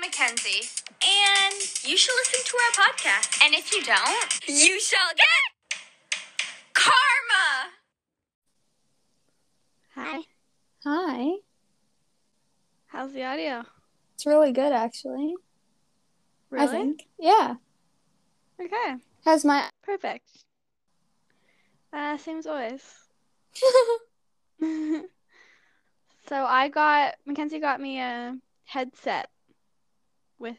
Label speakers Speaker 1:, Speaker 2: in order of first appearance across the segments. Speaker 1: Mackenzie. And you should listen to our podcast. And if you don't, you shall get karma.
Speaker 2: Hi.
Speaker 3: Hi.
Speaker 2: How's the audio?
Speaker 3: It's really good, actually.
Speaker 2: Really?
Speaker 3: I think. Yeah.
Speaker 2: Okay.
Speaker 3: How's my.
Speaker 2: Perfect. Uh, same as always. so I got Mackenzie got me a headset with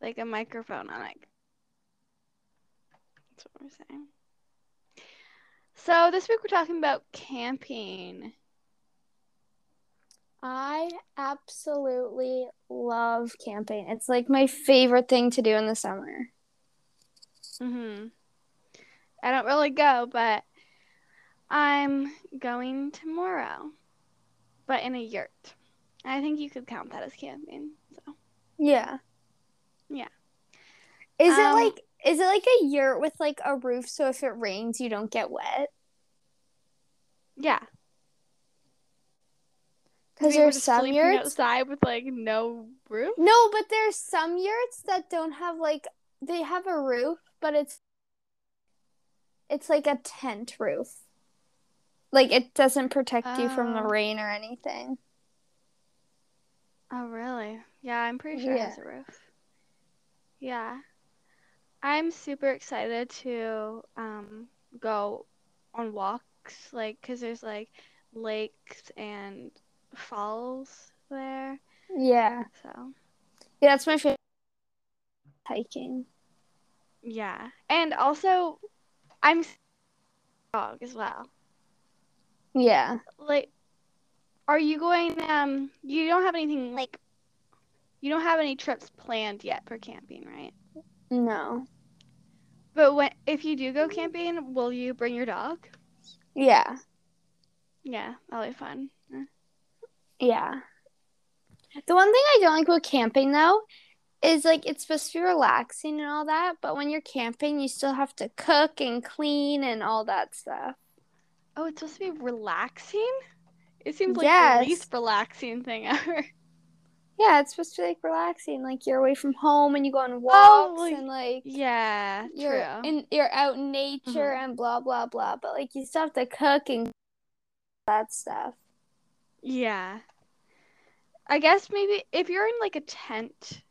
Speaker 2: like a microphone on it. That's what we're saying. So this week we're talking about camping.
Speaker 3: I absolutely love camping. It's like my favorite thing to do in the summer.
Speaker 2: Mm-hmm. I don't really go, but I'm going tomorrow, but in a yurt. I think you could count that as camping. So
Speaker 3: Yeah.
Speaker 2: Yeah.
Speaker 3: Is
Speaker 2: Um,
Speaker 3: it like. Is it like a yurt with like a roof so if it rains you don't get wet?
Speaker 2: yeah,
Speaker 3: Because
Speaker 2: we were
Speaker 3: there's
Speaker 2: just
Speaker 3: some
Speaker 2: sleeping
Speaker 3: yurts.
Speaker 2: outside with like no roof.
Speaker 3: No, but there's some yurts that don't have like they have a roof, but it's it's like a tent roof. Like it doesn't protect you from the
Speaker 2: Oh.
Speaker 3: rain or anything.
Speaker 2: Oh really? Yeah, I'm pretty sure it has a roof. Yeah, I'm super excited to um go on walks, like because there's like lakes and falls there.
Speaker 3: Yeah.
Speaker 2: So.
Speaker 3: Yeah, that's my favorite hiking.
Speaker 2: Yeah, and also, I'm s- dog as well.
Speaker 3: Yeah.
Speaker 2: Like, are you going? Um, you don't have anything like, you don't have any trips planned yet for camping, right?
Speaker 3: No.
Speaker 2: But when if you do go camping, will you bring your dog?
Speaker 3: Yeah.
Speaker 2: Yeah, that'll be fun. Eh.
Speaker 3: Yeah. The one thing I don't like about camping though is like it's supposed to be relaxing and all that, but when you're camping you still have to cook and clean and all that stuff.
Speaker 2: Oh, it's supposed to be relaxing. It seems like
Speaker 3: Yes.
Speaker 2: the least relaxing thing ever.
Speaker 3: Yeah, it's supposed to be like relaxing. Like you're away from home and you go on walks
Speaker 2: Oh, like-
Speaker 3: and like
Speaker 2: yeah,
Speaker 3: you're
Speaker 2: true.
Speaker 3: in you're out in nature
Speaker 2: Mhm.
Speaker 3: and blah blah blah. But like you still have to cook and that stuff.
Speaker 2: Yeah. I guess maybe if you're in like a tent,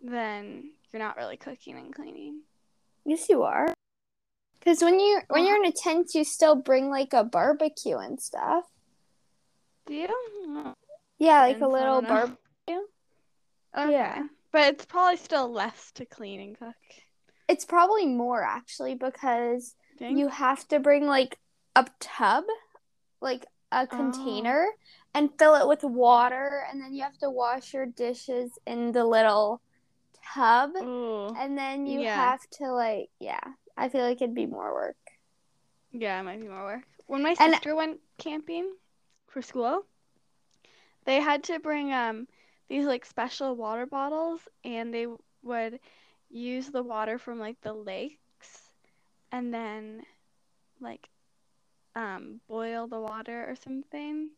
Speaker 2: then you're not really cooking and cleaning.
Speaker 3: Yes, you are. Because when you when you're in a tent, you still bring like a barbecue and stuff.
Speaker 2: Do you?
Speaker 3: Yeah, like
Speaker 2: Depends,
Speaker 3: a
Speaker 2: I
Speaker 3: little
Speaker 2: don't know.
Speaker 3: barbecue.
Speaker 2: Okay.
Speaker 3: Yeah.
Speaker 2: But it's probably still less to clean and cook.
Speaker 3: It's probably more actually because
Speaker 2: Think?
Speaker 3: you have to bring like a tub, like a
Speaker 2: Oh.
Speaker 3: container, and fill it with water, and then you have to wash your dishes in the little tub,
Speaker 2: Ooh.
Speaker 3: and then you
Speaker 2: Yeah.
Speaker 3: have to like, yeah, I feel like it'd be more work.
Speaker 2: Yeah, it might be more work. When my
Speaker 3: And-
Speaker 2: sister went camping for school, they had to bring um these like special water bottles and they would use the water from like the lakes and then like um boil the water or something.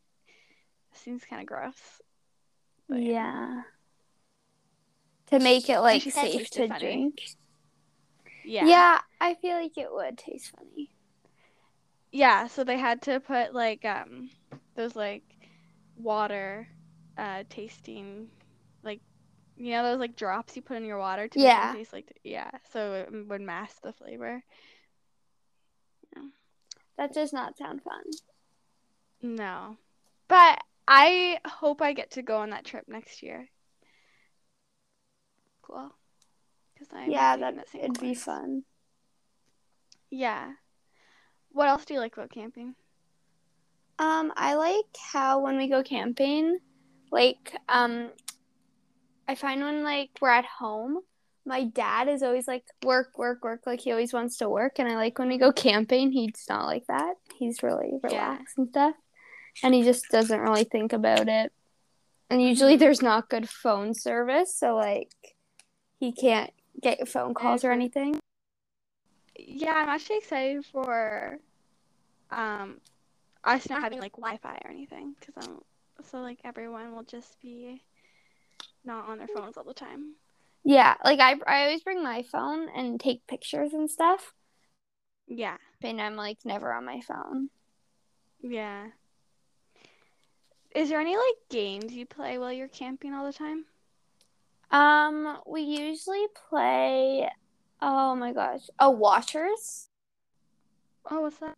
Speaker 2: Seems kind of gross. But yeah.
Speaker 3: yeah. To make it like
Speaker 2: she said it
Speaker 3: safe
Speaker 2: tasted
Speaker 3: to
Speaker 2: funny.
Speaker 3: drink.
Speaker 2: Yeah.
Speaker 3: Yeah. I feel like it would taste funny.
Speaker 2: Yeah, so they had to put like um those like water uh tasting like you know those like drops you put in your water to
Speaker 3: Yeah.
Speaker 2: make it taste like yeah, so it m- would mask the flavor.
Speaker 3: That does not sound fun.
Speaker 2: No. But I hope I get to go on that trip next year. Cool. 'Cause I'm
Speaker 3: yeah,
Speaker 2: taking
Speaker 3: that
Speaker 2: that same
Speaker 3: it'd be
Speaker 2: course.
Speaker 3: fun.
Speaker 2: Yeah. What else do you like about camping?
Speaker 3: Um, I like how when we go camping, like, um, I find when like we're at home, my dad is always like work, work, work. Like he always wants to work, and I like when we go camping, he's not like that. He's really
Speaker 2: Yeah.
Speaker 3: relaxed and stuff, and he just doesn't really think about it. And usually
Speaker 2: Mhm.
Speaker 3: there's not good phone service, so like he can't get phone calls or
Speaker 2: agree.
Speaker 3: anything.
Speaker 2: Yeah, I'm actually excited for um us not having like Wi-Fi or anything because I'm so like everyone will just be not on their phones all the time.
Speaker 3: Yeah, like I I always bring my phone and take pictures and stuff,
Speaker 2: Yeah.
Speaker 3: and I'm like never on my phone.
Speaker 2: Yeah. Is there any like games you play while you're camping all the time?
Speaker 3: Um, we usually play. Oh my gosh, oh Watchers.
Speaker 2: Oh, what's that?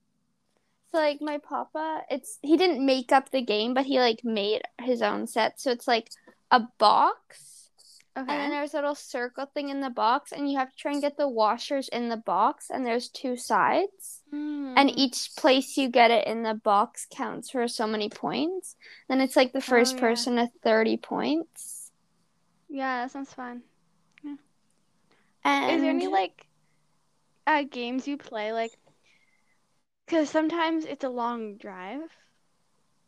Speaker 3: So like my papa, it's he didn't make up the game, but he like made his own set. So it's like a box,
Speaker 2: Okay.
Speaker 3: and then there's a little circle thing in the box, and you have to try and get the washers in the box. And there's two sides, and
Speaker 2: Hmm.
Speaker 3: each place you get it in the box counts for so many points. Then it's like the first
Speaker 2: Oh, yeah.
Speaker 3: person to thirty points.
Speaker 2: yeah, that sounds fun.
Speaker 3: And
Speaker 2: Is there any like uh games you play like cuz sometimes it's a long drive,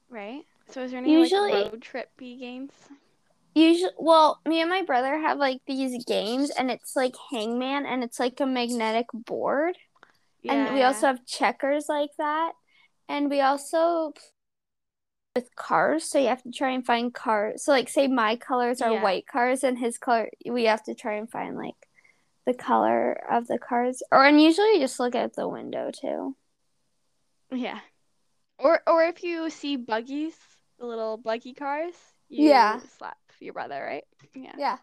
Speaker 2: right? So is there any
Speaker 3: Usually-
Speaker 2: like road trippy games?
Speaker 3: Usually, well, me and my brother have like these games, and it's like hangman, and it's like a magnetic board. And we
Speaker 2: Yeah.
Speaker 3: also have checkers like that. And we also play with cars, so you have to try and find cars. So like say my colors are
Speaker 2: Yeah.
Speaker 3: white cars and his color we have to try and find like the color of the cars. Or and usually you just look out the window too.
Speaker 2: Yeah. Or or if you see buggies, the little buggy cars, you
Speaker 3: Yeah.
Speaker 2: slap your brother, right? Yeah.
Speaker 3: Yeah.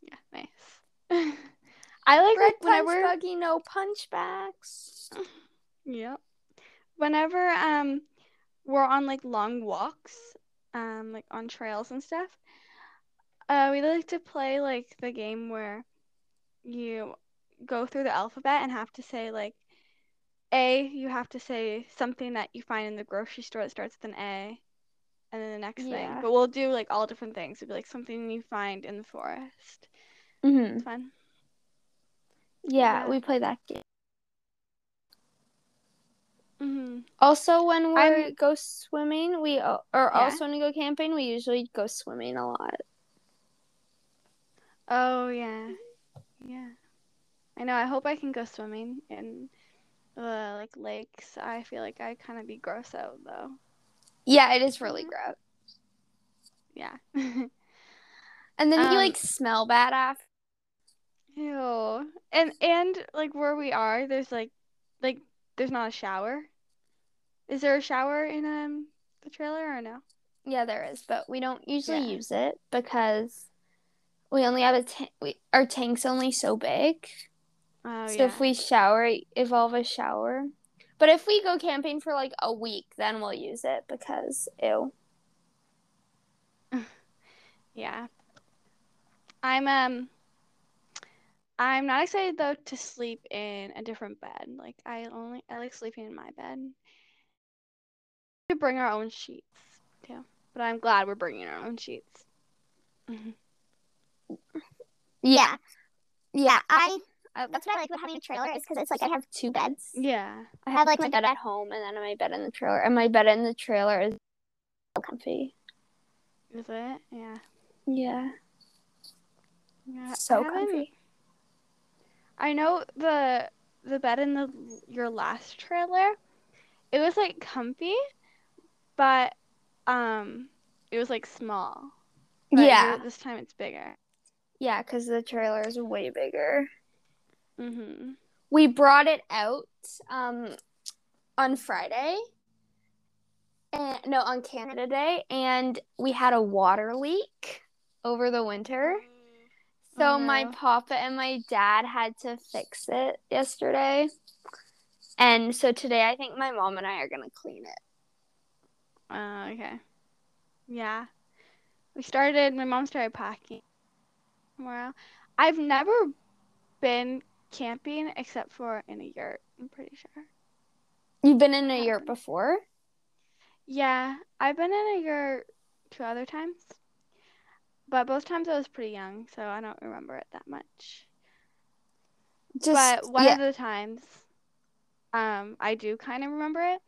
Speaker 2: Yeah, nice. I like
Speaker 3: Red
Speaker 2: like
Speaker 3: punch
Speaker 2: whenever
Speaker 3: buggy, no punchbacks.
Speaker 2: Yep. Whenever um we're on like long walks, um like on trails and stuff, uh we like to play like the game where you go through the alphabet and have to say like A, you have to say something that you find in the grocery store that starts with an A, and then the next thing.
Speaker 3: Yeah.
Speaker 2: But we'll do like all different things. It'd be like something you find in the forest.
Speaker 3: hmm
Speaker 2: It's fun.
Speaker 3: Yeah,
Speaker 2: Yeah.
Speaker 3: we play that game.
Speaker 2: hmm
Speaker 3: Also, when we
Speaker 2: I'm-
Speaker 3: go swimming, we o- or
Speaker 2: Yeah.
Speaker 3: also when we go camping, we usually go swimming a lot.
Speaker 2: Oh yeah. Yeah. I know. I hope I can go swimming in uh, like lakes. I feel like I kind of be gross out though.
Speaker 3: Yeah, it is really
Speaker 2: Mhm.
Speaker 3: gross.
Speaker 2: Yeah.
Speaker 3: And then
Speaker 2: Um,
Speaker 3: you like smell bad after.
Speaker 2: Ew. And and like where we are, there's like like there's not a shower. Is there a shower in um the trailer or no?
Speaker 3: Yeah, there is, but we don't usually
Speaker 2: Yeah.
Speaker 3: use it because we only have a tank. We our tank's only so big,
Speaker 2: Oh
Speaker 3: so
Speaker 2: yeah.
Speaker 3: if we shower, if all of us shower, but if we go camping for like a week, then we'll use it because ew.
Speaker 2: Yeah. I'm um I'm not excited though to sleep in a different bed. Like I only I like sleeping in my bed. We bring our own sheets too, but I'm glad we're bringing our own sheets.
Speaker 3: Yeah, yeah. I that's what I like about having a trailer is because it's like I have two beds.
Speaker 2: Yeah.
Speaker 3: I have like my bed at home and then my bed in the trailer, and my bed in the trailer is so comfy.
Speaker 2: Is it? Yeah.
Speaker 3: Yeah,
Speaker 2: Yeah, I
Speaker 3: so
Speaker 2: haven't-
Speaker 3: comfy.
Speaker 2: I know the the bed in the your last trailer, it was like comfy, but um it was like small. But your-
Speaker 3: Yeah.
Speaker 2: this time it's bigger.
Speaker 3: Yeah, because the trailer is way bigger.
Speaker 2: hmm
Speaker 3: We brought it out um, on Friday. And, no, on Canada Day. And we had a water leak over the winter. So
Speaker 2: Oh,
Speaker 3: my
Speaker 2: no.
Speaker 3: papa and my dad had to fix it yesterday. And so today I think my mom and I are going to clean it.
Speaker 2: Oh, okay. Yeah. We started, my mom started packing tomorrow. I've never been camping except for in a yurt, I'm pretty sure.
Speaker 3: You've been in a yurt before?
Speaker 2: Yeah, I've been in a yurt two other times, but both times I was pretty young, so I don't remember it that much. but one
Speaker 3: yeah.
Speaker 2: of the times, um, I do kind of remember it,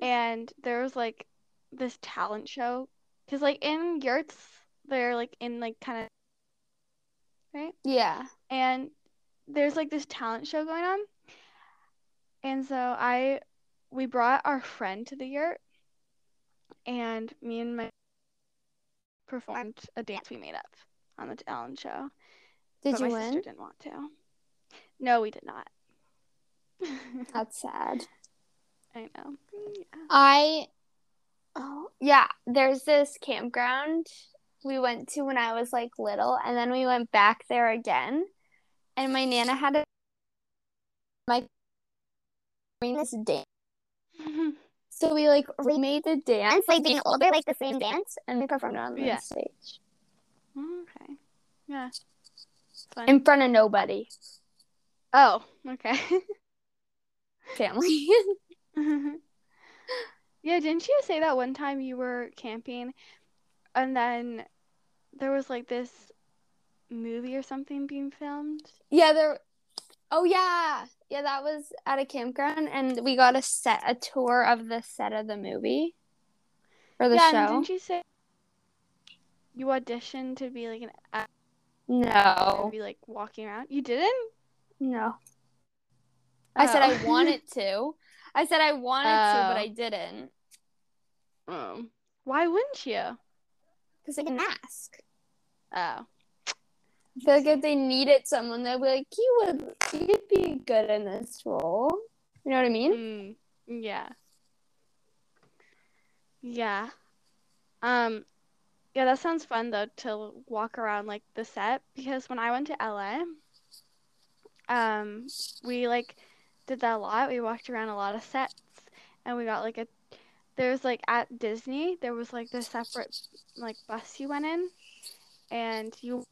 Speaker 2: and there was like this talent show, because like in yurts, they're like in like kind of
Speaker 3: yeah.
Speaker 2: and there's like this talent show going on. And so I we brought our friend to the yurt and me and my performed a dance we made up on the Ellen show.
Speaker 3: Did
Speaker 2: but
Speaker 3: you
Speaker 2: my
Speaker 3: win?
Speaker 2: sister didn't want to. No, we did not.
Speaker 3: That's sad.
Speaker 2: I know. Yeah.
Speaker 3: I oh yeah, there's this campground we went to when I was like little and then we went back there again and my nana had a my doing this dance. So we like remade the dance, like being older, like the same dance, and we performed it on the
Speaker 2: Yeah.
Speaker 3: stage.
Speaker 2: okay. Yeah. Fun.
Speaker 3: In front of nobody.
Speaker 2: oh, okay.
Speaker 3: Family.
Speaker 2: yeah, didn't you say that one time you were camping and then there was like this movie or something being filmed?
Speaker 3: yeah, there Oh yeah. Yeah, that was at a campground and we got a set a tour of the set of the movie. Or the
Speaker 2: yeah,
Speaker 3: show.
Speaker 2: and didn't you say you auditioned to be like an actor
Speaker 3: No,
Speaker 2: and be like walking around? You didn't?
Speaker 3: no. I said I
Speaker 2: Oh.
Speaker 3: wanted to. I said I wanted to, but
Speaker 2: Oh.
Speaker 3: I didn't Mm.
Speaker 2: Um, why wouldn't you?
Speaker 3: because I can ask.
Speaker 2: Oh.
Speaker 3: I feel like if they needed someone, they'd be like, "You would, you'd be good in this role." You know what I mean?
Speaker 2: Mm, yeah. Yeah. Um, yeah, that sounds fun though to walk around like the set because when I went to LA, um, we like did that a lot. We walked around a lot of sets and we got like a there's like at Disney, there was like the separate like bus you went in and you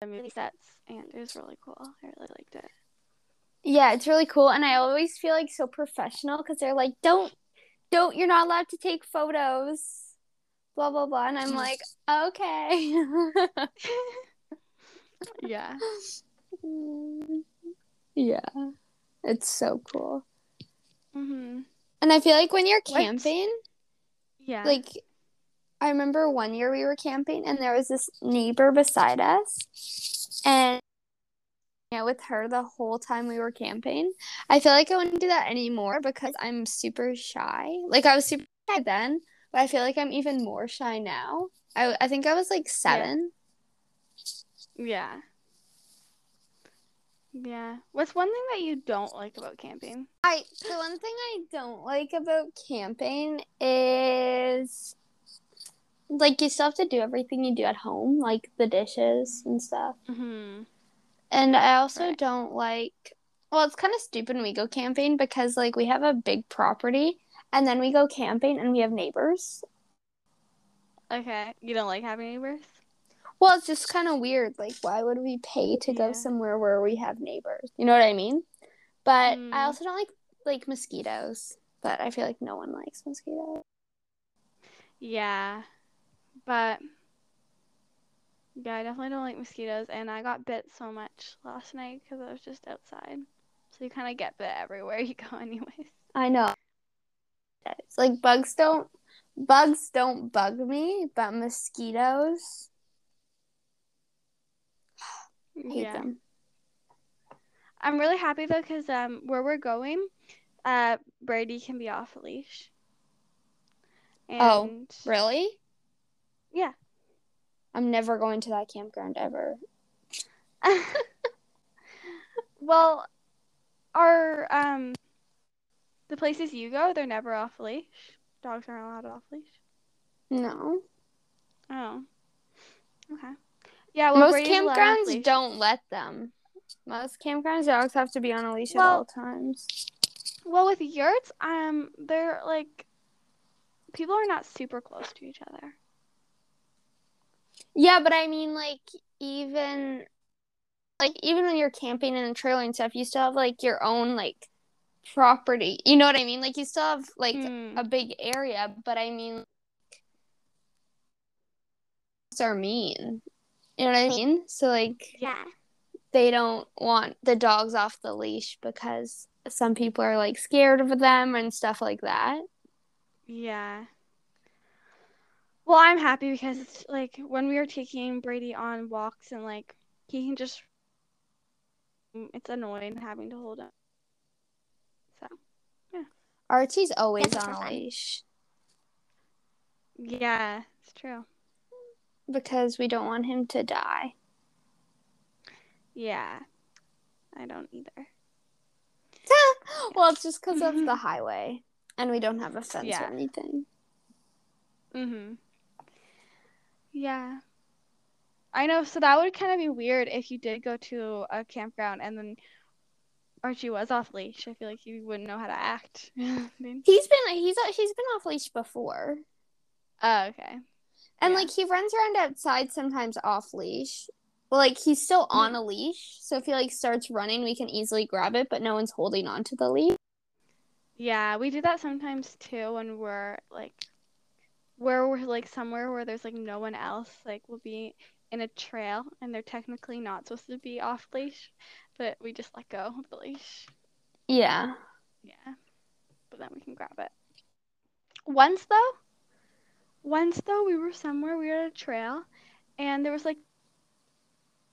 Speaker 2: the movie sets and it was really cool. I really liked it.
Speaker 3: Yeah, it's really cool, and I always feel like so professional because they're like, "Don't, don't, you're not allowed to take photos." Blah blah blah, and I'm
Speaker 2: Mm.
Speaker 3: like, "Okay."
Speaker 2: Yeah.
Speaker 3: Mm. yeah, it's so cool.
Speaker 2: hmm
Speaker 3: And I feel like when you're
Speaker 2: What?
Speaker 3: camping,
Speaker 2: Yeah.
Speaker 3: like I remember one year we were camping and there was this neighbor beside us and you know, with her the whole time we were camping. I feel like I wouldn't do that anymore because I'm super shy. Like I was super shy then, but I feel like I'm even more shy now. I I think I was like seven.
Speaker 2: Yeah. Yeah. What's one thing that you don't like about camping?
Speaker 3: I the one thing I don't like about camping is like you still have to do everything you do at home, like the dishes and stuff.
Speaker 2: Mm-hmm.
Speaker 3: And I also
Speaker 2: Right.
Speaker 3: don't like. Well, it's kind of stupid when we go camping because like we have a big property, and then we go camping and we have neighbors.
Speaker 2: Okay. You don't like having neighbors?
Speaker 3: Well, it's just kind of weird. Like, why would we pay to
Speaker 2: Yeah.
Speaker 3: go somewhere where we have neighbors? You know what I mean? But I
Speaker 2: Mm.
Speaker 3: also don't like like mosquitoes. But I feel like no one likes mosquitoes.
Speaker 2: Yeah. But yeah, I definitely don't like mosquitoes and I got bit so much last night cuz I was just outside. So you kind of get bit everywhere you go anyways.
Speaker 3: I know. It's like bugs don't bugs don't bug me, but mosquitoes I hate
Speaker 2: yeah.
Speaker 3: them.
Speaker 2: I'm really happy though cuz um where we're going, uh Brady can be off a leash.
Speaker 3: Oh,
Speaker 2: And
Speaker 3: Really?
Speaker 2: yeah.
Speaker 3: I'm never going to that campground ever.
Speaker 2: Well, our um the places you go, they're never off leash. Dogs aren't allowed off leash.
Speaker 3: No.
Speaker 2: Oh. Okay. Yeah, well,
Speaker 3: Most
Speaker 2: Brady's allowed off
Speaker 3: campgrounds
Speaker 2: leash.
Speaker 3: don't let them. Most campgrounds dogs have to be on a leash
Speaker 2: Well-
Speaker 3: at all times.
Speaker 2: Well, with yurts, um they're like people are not super close to each other.
Speaker 3: Yeah, but I mean like even like even when you're camping in a trailer and stuff, you still have like your own like property. You know what I mean? Like you still have like
Speaker 2: Mm.
Speaker 3: a big area, but I mean dogs are mean. You know what I mean? So like
Speaker 2: Yeah.
Speaker 3: they don't want the dogs off the leash because some people are like scared of them and stuff like that.
Speaker 2: Yeah. Well, I'm happy because it's like when we are taking Brady on walks and like he can just it's annoying having to hold him. So
Speaker 3: Archie's always
Speaker 1: That's
Speaker 3: on a
Speaker 1: fine.
Speaker 3: leash.
Speaker 2: Yeah, it's true.
Speaker 3: because we don't want him to die.
Speaker 2: Yeah. I don't either.
Speaker 3: well, it's just because of the highway, and we don't have a fence
Speaker 2: Mm-hmm. Yeah.
Speaker 3: or anything.
Speaker 2: Mhm. Yeah. I know, so that would kind of be weird if you did go to a campground and then Archie was off leash. I feel like you wouldn't know how to act. I mean-
Speaker 3: He's been he's he's been off leash before,
Speaker 2: oh, okay.
Speaker 3: and
Speaker 2: Yeah.
Speaker 3: like he runs around outside sometimes off leash. Well, like he's still on a leash, so if he like starts running, we can easily grab it, but no one's holding on to the leash.
Speaker 2: Yeah, we do that sometimes too when we're like where we're like somewhere where there's like no one else, like we'll be in a trail and they're technically not supposed to be off leash, but we just let go of the leash.
Speaker 3: Yeah.
Speaker 2: Yeah. But then we can grab it. Once though, once though we were somewhere, we were at a trail and there was like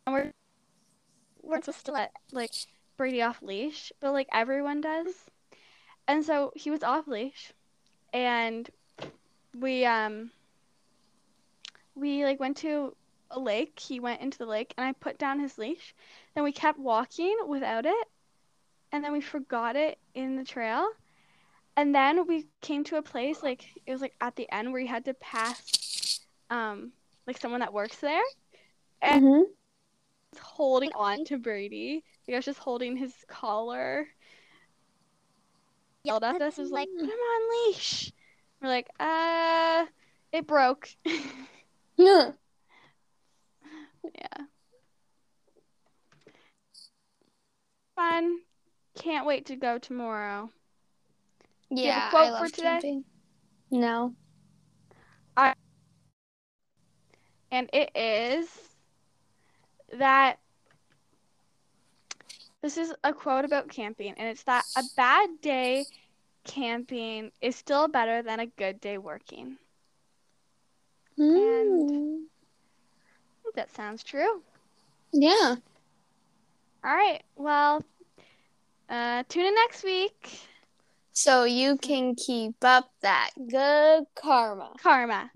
Speaker 2: and we're we're supposed to let like Brady off leash, but like everyone does. And so he was off leash and we um we like went to a lake. He went into the lake and I put down his leash. Then we kept walking without it and then we forgot it in the trail. And then we came to a place like it was like at the end where you had to pass um like someone that works there And-
Speaker 3: Mhm.
Speaker 2: was holding on to Brady. Like I was just holding his collar. Yelled at us was like, "Put him on leash." We're like, "Uh, it broke."
Speaker 3: Yeah.
Speaker 2: yeah. Fun. Can't wait to go tomorrow. you have a
Speaker 3: Yeah.
Speaker 2: quote
Speaker 3: I
Speaker 2: for
Speaker 3: love
Speaker 2: today?
Speaker 3: camping. No.
Speaker 2: and it is that this is a quote about camping, and it's that a bad day camping is still better than a good day working.
Speaker 3: Mm.
Speaker 2: I think that sounds true.
Speaker 3: Yeah.
Speaker 2: All right, well, uh, tune in next week.
Speaker 3: So you can keep up that good karma.
Speaker 2: Karma.